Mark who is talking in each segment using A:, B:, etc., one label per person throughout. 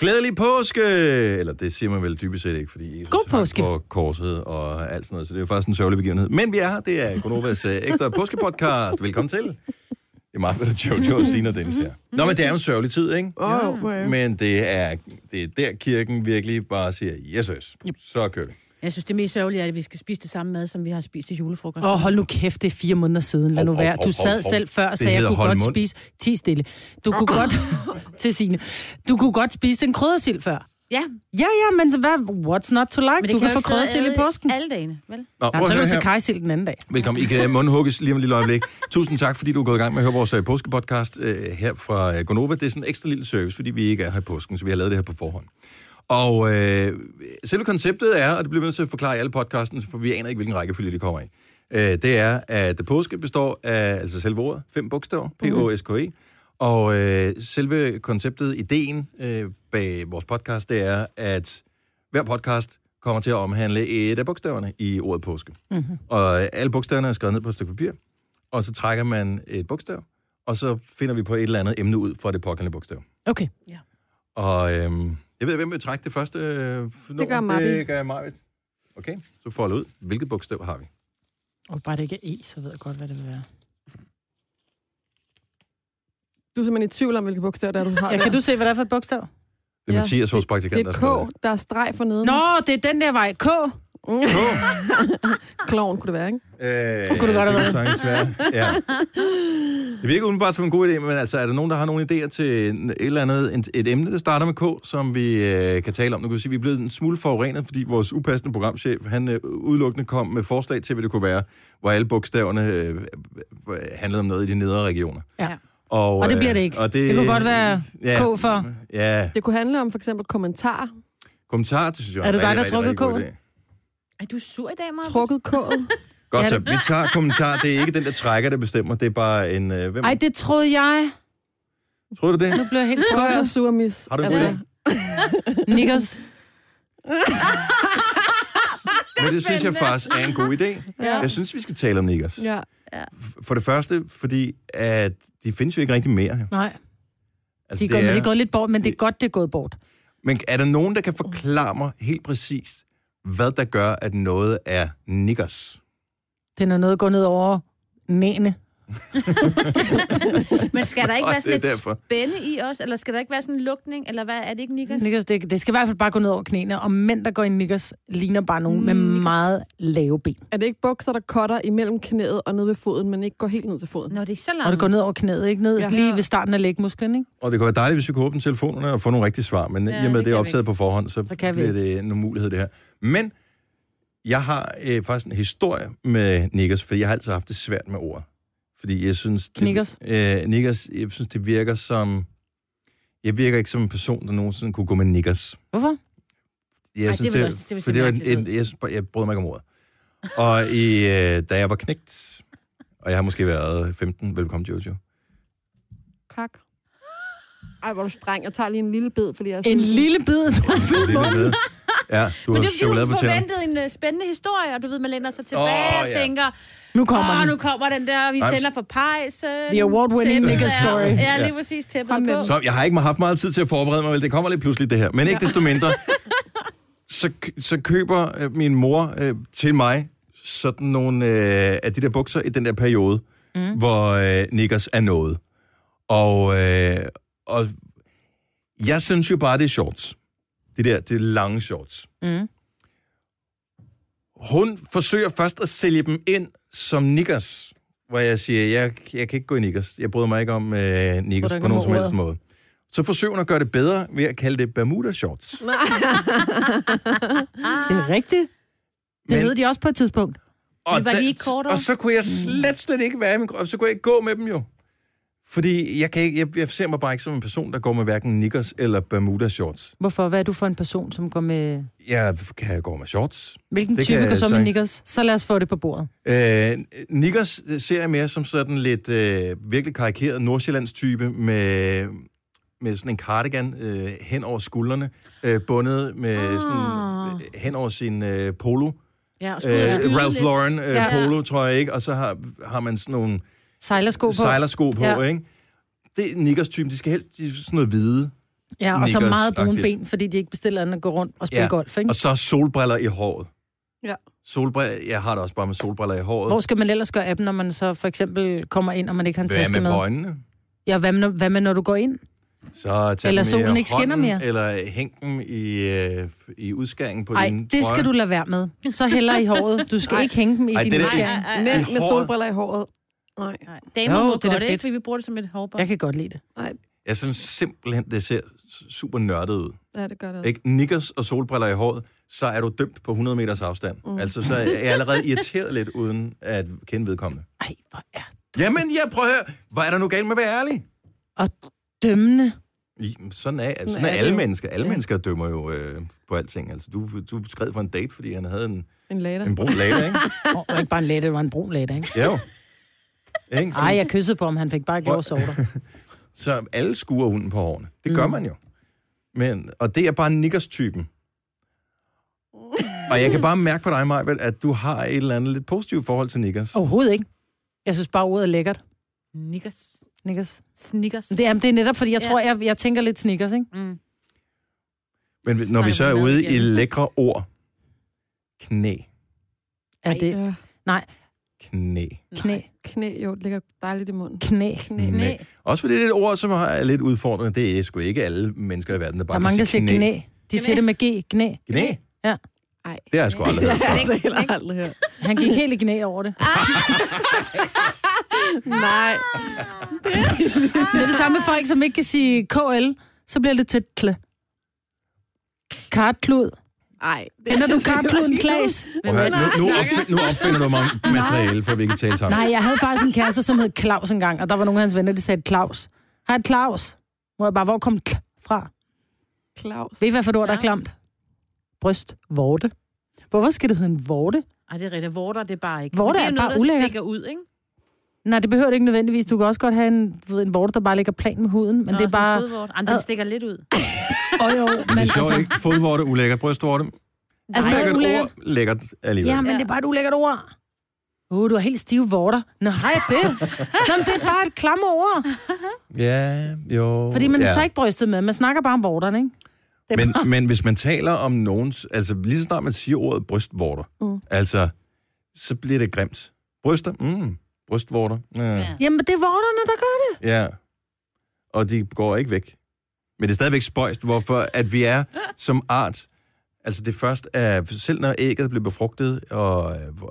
A: Glædelig påske! Eller det siger man vel dybest set ikke, fordi Jesus
B: God
A: hang
B: påske.
A: på korset og alt sådan noget, så det er jo faktisk en sørgelig begivenhed. Men vi er her, det er Gonovas øh, ekstra påskepodcast. Velkommen til. Det er mig, der er Jojo og Sina og Dennis her. Nå, men det er jo en sørgelig tid, ikke?
C: Åh, oh,
A: Men det er, det er der, kirken virkelig bare siger, yes, yes. så kører vi.
D: Jeg synes, det mest sørgelige er, at vi skal spise det samme mad, som vi har spist til julefrokost.
B: Åh, oh, hold nu kæft, det er fire måneder siden. Lad nu
A: Hov,
B: være.
A: hov,
B: Du
A: hov,
B: sad
A: hov.
B: selv før og
A: Det
B: sagde, at jeg
A: hedder
B: kunne
A: hold
B: godt
A: mund.
B: spise... Ti stille. Du kunne godt... til sine. Du kunne godt spise en kryddersild før.
D: Ja,
B: Ja, ja, men så hvad? What's not to
D: men
B: like?
D: det
B: Du kan
D: kan, jo
B: få
D: ikke sidde
B: kryddersild i
D: alle-
B: påsken.
D: Alle dagene, vel?
A: Nå,
B: Jamen, så
A: at
B: er du
A: høre
B: til
A: her.
B: kajsild den anden dag.
A: Velkommen. I kan mundhugges lige om et lille øjeblik. Tusind tak, fordi du er gået i gang med at høre vores øh, påskepodcast øh, her fra øh, Gonova. Det er sådan en ekstra lille service, fordi vi ikke er her i påsken, så vi har lavet det her på forhånd. Og øh, selve konceptet er, og det bliver vi nødt til at forklare i alle podcasten, for vi aner ikke, hvilken rækkefølge det kommer i. Øh, det er, at påske består af, altså selve ordet, fem bogstaver, P-O-S-K-E. Og øh, selve konceptet, ideen øh, bag vores podcast, det er, at hver podcast kommer til at omhandle et af bogstaverne i ordet påske. Mm-hmm. Og øh, alle bogstaverne er skrevet ned på et stykke papir, og så trækker man et bogstav, og så finder vi på et eller andet emne ud fra det pågældende bogstav.
B: Okay.
A: Og øhm, jeg ved, hvem vil trække det første øh, nummer?
C: gør Marvin.
A: Det gør Marvin. Okay, så folder ud. Hvilket bogstav har vi?
B: Og bare det ikke er E, så ved jeg godt, hvad det vil være.
C: Du er simpelthen i tvivl om, hvilke bogstaver der er, du har.
B: Ja, kan
C: der.
B: du se, hvad det er for et bogstav?
A: Det er
C: Ja,
A: Mathias, vores praktikant,
C: det
A: der
C: er
A: har skrevet
C: K, der er streg for neden.
B: Nå, det er den der vej. K.
C: Mm,
A: det. K.
C: Kloven kunne det være, ikke?
A: Øh,
B: kunne det godt have været.
A: sagtens være. Ja. Det virker udenbart som en god idé, men altså, er der nogen, der har nogle idéer til en- et eller andet, et, et emne, der starter med K, som vi øh, kan tale om? Nu kan vi sige, at vi er blevet en smule forurenet, fordi vores upassende programchef, han øh, udelukkende kom med forslag til, hvad det kunne være, hvor alle bogstaverne øh, øh, handlede om noget i de nedre regioner.
B: Ja.
A: Og,
B: Og det
A: øh,
B: bliver det ikke. Det kunne godt være K for.
A: Ja,
C: Det kunne handle om for eksempel kommentarer,
A: kommentarer, det synes jeg
B: Er det
A: en
B: dig,
A: rigtig,
B: der
A: rigtig,
B: trukkede
A: rigtig god idé.
D: Er du sur i dag, Maja?
C: trukket K'et.
A: Godt
B: Ja,
A: så, vi tager kommentar. Det er ikke den, der trækker, der bestemmer. Det er bare en... Øh, hvem?
B: Ej, det troede jeg.
A: Tror du det?
B: Nu blev jeg helt
C: Skøj og
B: skuffet.
C: surmis.
A: Har du en god idé?
B: Nikkers.
A: Men det synes jeg faktisk er en god idé.
C: Ja.
A: Jeg synes, vi skal tale om Nikkers.
C: ja.
A: For det første, fordi at de findes jo ikke rigtig mere. jo.
B: Nej, de
A: Altså,
B: er, gået, men
A: er,
B: det er gået lidt bort, men det er godt, det er gået bort.
A: men er der nogen, der kan forklare mig helt præcist, hvad der gør, at noget er Nikkers?
B: Det er når noget går ned over næne.
D: Men skal der ikke
A: Og
D: være sådan
A: det er
D: et
A: derfor.
D: spænde i os? Eller skal der ikke være sådan en lugtning? Eller hvad? Er det ikke Niklas?
B: Nikkers, det, det skal i hvert fald bare gå ned over knæene, og mænd, der går i nikkers, ligner bare nogen med meget lave ben.
C: Er det ikke bukser, der cutter imellem knæet og ned ved foden, men ikke går helt ned til foden?
D: Nå, det er ikke så langt.
B: Og det går ned over knæet, ikke? Ned
C: Ja.
B: lige ved starten af lægmusklen, ikke?
A: Og det kunne være dejligt, hvis vi kunne åbne telefonerne og få nogle rigtige svar, men
D: Ja,
A: ja, i og med,
D: det
A: det er
D: kan vi
A: optaget på forhånd, så, så
B: kan vi
A: bliver det en mulighed det her. Men jeg har øh, faktisk en historie med Nikkers, for jeg har altid haft det svært med ord. Fordi jeg synes... det-
B: Knikkers?
A: Øh, Nikkers, jeg synes, det virker som... Jeg virker ikke som en person, der nogensinde kunne gå med Nikkers.
B: Hvorfor?
A: Jeg
D: Ej, det
A: synes,
D: vil
A: det,
D: også- det vil
A: det,
D: se
A: for det var en,
D: mærkeligt
A: en, jeg, synes bare- jeg brød mig ikke om ordet. Og i, øh, da jeg var knægt, og jeg har måske været 15, velkommen Jojo.
C: Tak. Ej, hvor er du streng. Jeg tager lige en lille bid, fordi jeg
B: En lille bid.
A: Det er lidt med. Ja, du har
D: Men det er fordi,
A: chokolade
D: hun
A: på tænderne.
D: forventede en uh, spændende historie, og du ved, man læner sig tilbage
A: Åh,
D: oh, og
A: ja.
D: tænker,
B: Ah, Nu kommer
D: åh,
B: den.
D: nu kommer den der, vi
A: Nej, men-
D: tænder for pejsen.
B: The award-winning
D: tæppet
B: Nickels
D: er-
B: story.
D: Ja,
A: Ja.
D: lige præcis tæppet
C: Kom med
D: på.
C: den.
A: Så jeg har ikke haft meget tid til at forberede mig, vel? Det kommer lidt pludseligt, det her. Men ikke desto mindre, så, kø- så køber øh, min mor øh, til mig sådan nogle øh, af de der bukser i den der periode, mm. hvor øh, Nickers er noget. Og, øh, og jeg synes jo bare, det er shorts. Det der, det er lange shorts.
B: Mm.
A: Hun forsøger først at sælge dem ind som Nickers, hvor jeg siger, jeg, jeg kan ikke gå i Nickers. Jeg bryder mig ikke om øh, Nickers
B: ikke
A: på
B: om
A: nogen som helst
B: ordet.
A: måde. Så forsøger hun at gøre det bedre ved at kalde det Bermuda shorts.
B: Det er rigtigt. Det
A: Men-
B: hed de også på et tidspunkt.
D: Men var de
A: da-
D: ikke kortere?
A: Og så kunne jeg slet, slet ikke være i min krop. Så kunne jeg ikke gå med dem jo. Fordi jeg, kan ikke, jeg, jeg ser mig bare ikke som en person, der går med hverken Nickers eller Bermuda shorts.
B: Hvorfor? Hvad er du for en person, som går med...
A: Jeg kan gå med shorts.
B: Hvilken
A: Det
B: type
A: kan
B: går så med
A: sagtens.
B: nikkers? Så lad os få det på bordet.
A: Øh, Nickers ser jeg mere som sådan lidt øh, virkelig karikeret nordsjællands type med, med sådan en cardigan øh, hen over skuldrene, øh, bundet med ah. sådan, øh, hen over sin øh, polo.
D: Ja, og
A: Øh,
D: skulle jeg skyde
A: Ralph
D: lidt?
A: Lauren øh,
B: Ja.
A: ja. polo, tror jeg ikke. Og så har, har man sådan nogle
B: Sejlersko på.
A: sejlersko på,
B: Ja. Mm.
A: ja. ikke? Det er Nickers type. De skal helst de er sådan noget hvide.
B: Ja, og så meget brune
A: Knickers-agtigt.
B: ben, fordi de ikke bestiller andet at gå rundt og spille
A: Ja,
B: ja. golf, ikke?
A: Og så solbriller i håret.
C: Ja.
A: Solbriller, jeg har det også bare med solbriller i håret.
B: Hvor skal man ellers gøre appen, når man så for eksempel kommer ind, og man ikke har en
A: Hvad
B: taske
A: med,
B: med?
A: øjnene?
B: Ja, hvad med, hvad med, når du går ind?
A: Så tag
B: Eller
A: dem i
B: solen ikke skinner
A: hånden,
B: mere.
A: Eller hæng dem i, øh, i udskæringen på
B: Nej,
A: din
B: det
A: trøje.
B: skal du lade være med. Så heller i håret. Du skal
C: Ej.
B: ikke hænge dem i
A: Ej,
B: din
A: det er da
B: udskæring.
A: ikke-
C: Mænd
A: I
C: med
A: håret.
C: solbriller i håret. Nej,
D: Nej. Damer
B: Jo,
D: jo, må
B: det
D: det
B: er da
D: godt, det,
B: fedt.
D: ikke? Fordi vi bruger det som et hårbånd.
B: Jeg kan godt lide det.
C: nej,
A: Jeg synes simpelthen, det ser super nørdet ud.
C: ja, det gør det også.
A: Ikke? Nikkers og solbriller i håret, så er du dømt på 100 meters afstand. Mm. Altså, så er jeg allerede irriteret lidt, uden at kende vedkommende.
B: Ej, hvor er
A: Jamen, ja, prøv at høre. Hvad er der nu galt med at være ærlig?
B: Og dømmende.
A: I- Sådan er, sådan
C: er
A: er,
C: det
A: alle
C: jo.
A: mennesker. Alle
C: Ja.
A: mennesker dømmer jo øh, på alting. Altså, du, du skred for en date, fordi han havde en,
C: En later.
A: en brun lader, ikke?
B: Oh, og ikke bare en lette, det var en brun lette, ikke?
A: Ja, jo. Ikke?
B: Ej, jeg kyssede på ham, han fik bare ikke lov at sove der.
A: Så alle skuer hunden på hårene. Det gør
B: Mm.
A: man jo. Men, og det er bare nikkers-typen. Og jeg kan bare mærke på dig, Majbel, at du har et eller andet lidt positivt forhold til nikkers.
B: Overhovedet ikke. Jeg synes bare, ordet er lækkert.
D: Snickers.
B: Snickers.
D: Snickers.
B: Det er, det er netop, fordi jeg
D: Ja.
B: tror, jeg, jeg tænker lidt snickers, ikke?
D: Mm.
A: Men vi- når vi
D: Snakker
A: så er
D: vi mad
A: ude
D: igen?
A: i lækre ord. Knæ,
B: Er
D: Ej.
B: det
C: Ja,
A: knæ,
B: knæ?
C: knæ, jo, det ligger dejligt i munden.
B: Knæ.
C: Knæ.
A: knæ.
D: Knæ.
A: Også fordi det er et ord, som har- er lidt udfordrende. Det er sgu ikke alle mennesker i verden, der
B: Der
A: bare
B: er mange, der
A: kan
B: siger knæ. De siger det med G, knæ.
A: Knæ?
B: Ja.
C: Ej.
A: Det har jeg sgu aldrig hørt
C: Det har
A: før.
C: jeg altså heller aldrig hørt.
B: Han gik helt i knæ over det.
C: Nej.
B: Det er det samme med folk, som ikke kan sige KL, så bliver det til kle. Kartklud.
C: Nej.
B: Kender du kartkluden, Klaas?
A: Prøv at høre, nu, nu, opfind, nu opfinder du mange materiale, for vi kan tale sammen.
B: Nej, jeg havde faktisk en kæreste, som hed Claus engang, og der var nogle af hans venner, der sagde Claus. Hej Claus. Hvor jeg bare, hvor kom kl fra?
C: Claus.
B: Ved I, hvad for et ord, der er
D: Ja.
B: klamt? Bryst. Vorte. Hvorfor skal det hedde en vorte?
D: Ej, det er rigtigt. Vorter, det er bare ikke.
B: Vorter
D: Men det
B: er
D: jo
B: bare
D: noget, der
B: ulækkert.
D: stikker ud, ikke?
B: Nej, det behøver det ikke nødvendigvis. Du kan også godt have en, du ved, en vorte, der bare ligger plan med huden, men Nå, det er bare...
D: Ej, den stikker lidt ud.
B: Åh oh, jo,
A: Men
B: men
A: det er sjovt,
B: altså,
A: ikke? Fodvorte, ulækkert, brystvorte.
B: altså, det er
A: Lækkert
B: ulækkert.
A: ord, lækkert alligevel.
B: Ja, men
D: Ja.
B: det er bare et ulækkert ord. Uh, du har helt stive vorter. Nå, hej, det. Nå, men det er bare et klamme ord.
A: Ja, jo.
B: Fordi man
A: ja.
B: tager ikke brystet med. Man snakker bare om vorterne, ikke? Det er
A: Men, men hvis man taler om nogens... Altså, lige så snart man siger ordet brystvorter, mm. altså, så bliver det grimt. Bryster, mm, brystvorter. Ja.
D: Ja.
B: Jamen, det er vorterne, der gør det.
A: ja. Og de går ikke væk. Men det er stadigvæk spøjst, hvorfor at vi er som art... Altså det først er, selv når ægget bliver befrugtet, og, øh,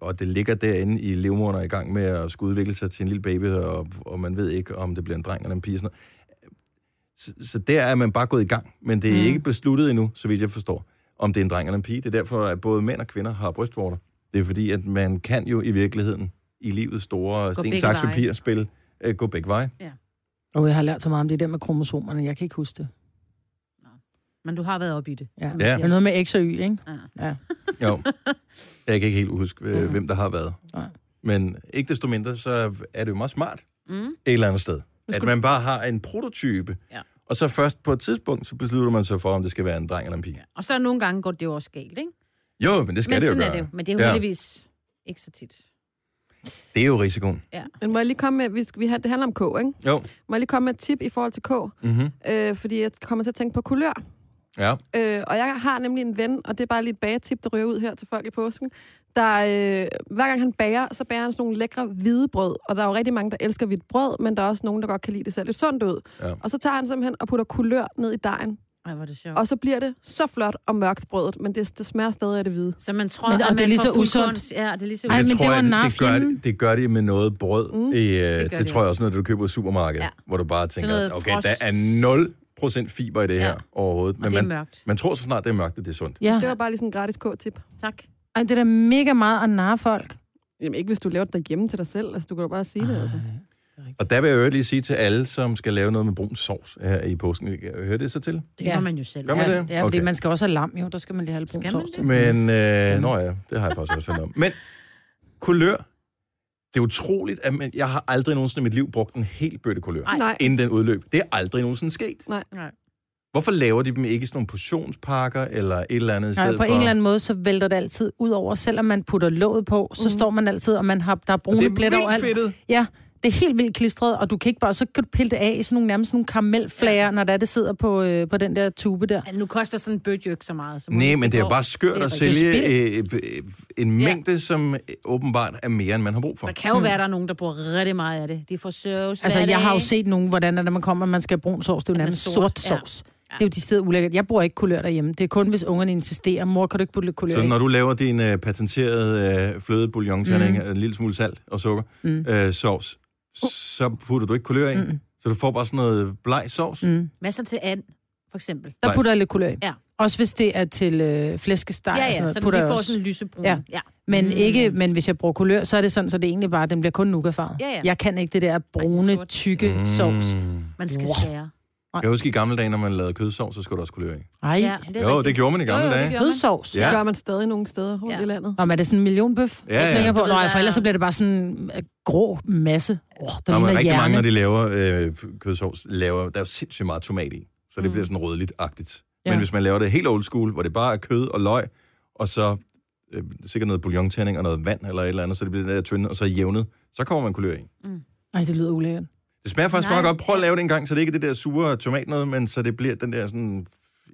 A: og det ligger derinde i livmoderen og er i gang med at skulle udvikle sig til en lille baby, og, og man ved ikke, om det bliver en dreng eller en pige. Sådan noget. Så, så der er man bare gået i gang, men det er mm. ikke besluttet endnu, så vidt jeg forstår, om det er en dreng eller en pige. Det er derfor, at både mænd og kvinder har brystvorter. Det er fordi, at man kan jo i virkeligheden i livets store
D: Gå
A: sten,
D: begge
A: saks,
D: veje.
A: papir spil øh, gå begge veje.
B: Åh, oh, jeg har lært så meget om det der med kromosomerne. Jeg kan ikke huske det.
D: Men du har været oppe i det.
B: Ja.
A: Ja.
B: Det er noget med X og Y, ikke?
D: Ja.
B: Ja.
A: Jo. Jeg kan ikke helt huske, øh, hvem der har været.
B: Nej.
A: Men ikke desto mindre, så er det jo meget smart
D: Mm.
A: et eller andet sted. At
C: skulle-
A: man bare har en prototype,
D: Ja.
A: og så først på et tidspunkt, så beslutter man sig for, om det skal være en dreng eller en pige.
D: Og så er nogle gange går det jo også galt, ikke?
A: Jo, men det skal
D: men
A: det jo gøre.
D: sådan er det jo. Men det er jo
A: Ja.
D: ja. heldigvis ikke så tit.
A: det er jo risikoen.
C: Men må jeg lige komme med, vi, skal, vi har, det handler om K, ikke?
A: Jo.
C: Må jeg lige komme med et tip i forhold til K?
A: Mm-hmm.
C: Øh, fordi jeg kommer til at tænke på kulør.
A: Ja.
C: Øh, og jeg har nemlig en ven, og det er bare lige et bagetip, der ryger ud her til folk i påsken, der øh, hver gang han bager, så bager han sådan nogle lækre hvide brød. Og der er jo rigtig mange, der elsker hvidt brød, men der er også nogen, der godt kan lide det selv lidt sundt ud.
A: Ja.
C: Og så tager han simpelthen og putter kulør ned i dejen.
D: Ej, hvor er det sjovt.
C: Og så bliver det så flot og mørkt brødet, men det, det smager stadig af det hvide.
D: Så man tror,
B: Men- og
D: at
B: det er
D: man
B: lige
D: får
B: så
D: fuld
B: usundt.
D: kons- Ja, det er lige så
B: Ej,
D: usundt.
B: men det var en
A: jeg,
B: nar
A: det, gør,
B: fjenden.
A: det, det gør de med noget brød. Mm. I, øh, det
D: gør
A: det
D: de
A: tror jeg
D: også.
A: også, når du køber i supermarkedet, ja.
D: Ja.
A: hvor du bare tænker,
D: noget
A: okay,
D: frost.
A: der er 0 fiber i det her
D: Ja.
A: overhovedet.
D: Og
A: Men
D: det er
A: man,
D: mørkt.
A: man tror så snart, det er mørkt, at det er sundt.
B: ja.
C: Det var bare lige sådan en gratis K-tip.
D: Tak.
B: Ej, det er da mega meget at narre folk.
C: Jamen ikke, hvis du laver det derhjemme til dig selv. Altså, du kan jo bare sige det, altså.
A: Og der vil jeg jo lige sige til alle, som skal lave noget med brun sovs her i påsken. Hører det så til?
D: Det
B: Ja.
D: ja. gør man jo selv.
A: Gør man
D: ja.
A: det?
B: Ja, fordi
A: Okay.
B: okay. man skal også have lam, jo. Der skal man lige have lidt brun
D: Skal man
B: sovs
D: det?
B: til.
A: Men, øh, nå ja, det har jeg faktisk også hørt om. Men kulør, det er utroligt, at man, jeg har aldrig nogensinde i mit liv brugt en helt bøtte kulør,
D: Ej.
C: Nej.
A: inden den udløb. Det er aldrig nogensinde sket.
C: Nej.
D: Nej.
A: Hvorfor laver de dem ikke i sådan nogle portionspakker eller et eller andet i
B: Nej,
A: stedet
B: på
A: for?
B: en eller anden måde, så vælter det Mhm. altid ud over. Selvom man putter låget på, så står man altid, og man har, der er
A: Og
B: brune
A: det er
B: pletter
A: vildt
B: overalt.
A: fedtet.
B: Ja, Det er helt vildt klistret, og du kan ikke bare... Så kan du pille det af i sådan nogle, nærmest sådan nogle karamelflager, ja. når det, er, det sidder på, øh, på den der tube der.
D: Altså, nu koster sådan en bødt jo ikke så meget. Så
A: Nej, men det er
D: går.
A: bare skørt
D: Det er
A: at
D: rigtigt.
A: sælge
D: Det er
A: øh, øh, en mængde, som øh, åbenbart er mere, end man har brug for.
D: Der kan jo være, der er nogen, der bruger rigtig meget af det. De får søvs
B: Hmm. Altså,
D: hver
B: jeg har jo
D: dag.
B: set nogen, hvordan er det, man kommer, at man skal have brun sovs. Det er jo
D: Ja, men
B: nærmest
D: sort,
B: sort,
D: ja.
B: sovs. Det er jo de steder ulækkert. Jeg bruger ikke kulør derhjemme. Det er kun, hvis ungerne insisterer. Mor, kan du ikke putte lidt kulør
A: Så
B: i?
A: når du laver din øh, patenterede øh, flødebouillon-terning, mm. en lille smule salt og sukker, mm. øh, sovs, så putter du ikke kulør i. Mm. Så du får bare sådan noget bleg sovs. Mm.
D: Masser til and, for eksempel.
B: Der putter jeg lidt kulør i.
D: Ja.
B: Også hvis det er til øh, flæskesteg.
D: Ja,
B: og sådan
D: ja,
B: noget,
D: så
B: putter
D: de
B: jeg
D: får
B: også.
D: sådan en lysebrun.
B: Ja.
D: ja.
B: Men, mm. ikke, men hvis jeg bruger kulør, så er det sådan, så det egentlig bare, den bliver kun nougatfarvet.
D: Ja, ja.
B: Jeg kan ikke det der brune,
D: sort.
B: tykke mm. sovs.
D: Man skal
B: Wow.
D: skære.
A: Jeg husker i gamle dage, når man lavede kødsovs, så skulle der også kulør i.
B: Ej,
D: Ja,
B: ja.
D: det er
A: Jo,
D: rigtigt.
A: det gjorde man i gamle
D: jo, jo, det
A: dage.
D: gjorde man.
B: kødsovs.
C: Det
A: Ja.
C: gør man stadig nogle steder rundt
D: Ja.
C: ja. i landet.
B: Nå, men er det sådan en millionbøf?
A: Ja,
B: jeg tænker
A: ja.
B: på,
D: Du ved,
B: nej,
D: der
B: for ellers
D: er-
B: så bliver det bare sådan en øh, grå masse. Oh,
A: Der
B: der
A: er
B: ligner
A: rigtig mange, når
B: hjerne.
A: de laver øh, kødsovs, laver, der er jo sindssygt meget tomat i. Så det mm. bliver sådan rødligt-agtigt. Ja.
B: Ja.
A: Men hvis man laver det helt old school, hvor det bare er kød og løg, og så øh, sikkert noget bouillon-terning og noget vand eller et eller andet, så det bliver den der tynde, og så jævnet, så kommer man kulør i.
B: Nej, det lyder ulækkert.
A: Det smager faktisk
D: Nej.
A: meget godt. Prøv at lave det en gang, så det ikke er det der sure tomat noget, men så det bliver den der sådan...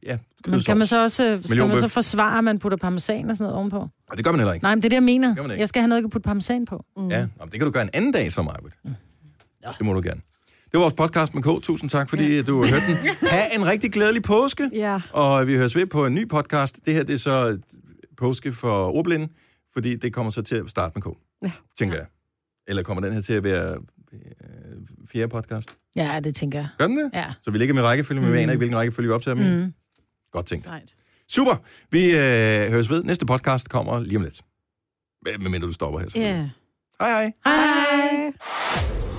A: Ja,
B: Men
A: kødsovs.
B: kan man så også øh, skal man så
A: Millionbøf.
B: forsvare, at man putter parmesan og sådan noget ovenpå?
A: Og det gør man heller ikke.
B: Nej, men det er det, jeg mener.
A: Gør man ikke.
B: Jeg skal have noget, jeg kan putte parmesan på.
A: Mm. Ja, Nå, men det kan du gøre en anden dag som arbejde. Mm. Det må du gerne. Det var vores podcast med K. Tusind tak, fordi ja. du hørte den. Ha' en rigtig glædelig påske.
C: Ja.
A: Og vi høres ved på en ny podcast. Det her det er så påske for ordblinde, fordi det kommer så til at starte med K.
C: Ja.
A: Tænker jeg. Eller kommer den her til at være øh, fjerde podcast?
B: Ja, det tænker jeg.
A: Gør den det?
B: Ja.
A: Så vi ligger med rækkefølge, men vi aner ikke, hvilken rækkefølge vi optager dem. Mm. Godt tænkt.
D: Sejt.
A: Super. Vi øh, høres ved. Næste podcast kommer lige om lidt. Med- Medmindre du stopper her.
D: Ja.
A: selvfølgelig. Hej hej.
C: Hej.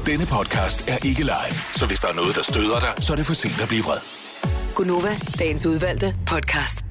E: Denne podcast er ikke live, så hvis der er noget, der støder dig, så er det for sent at blive vred.
F: Gunova, dagens udvalgte podcast.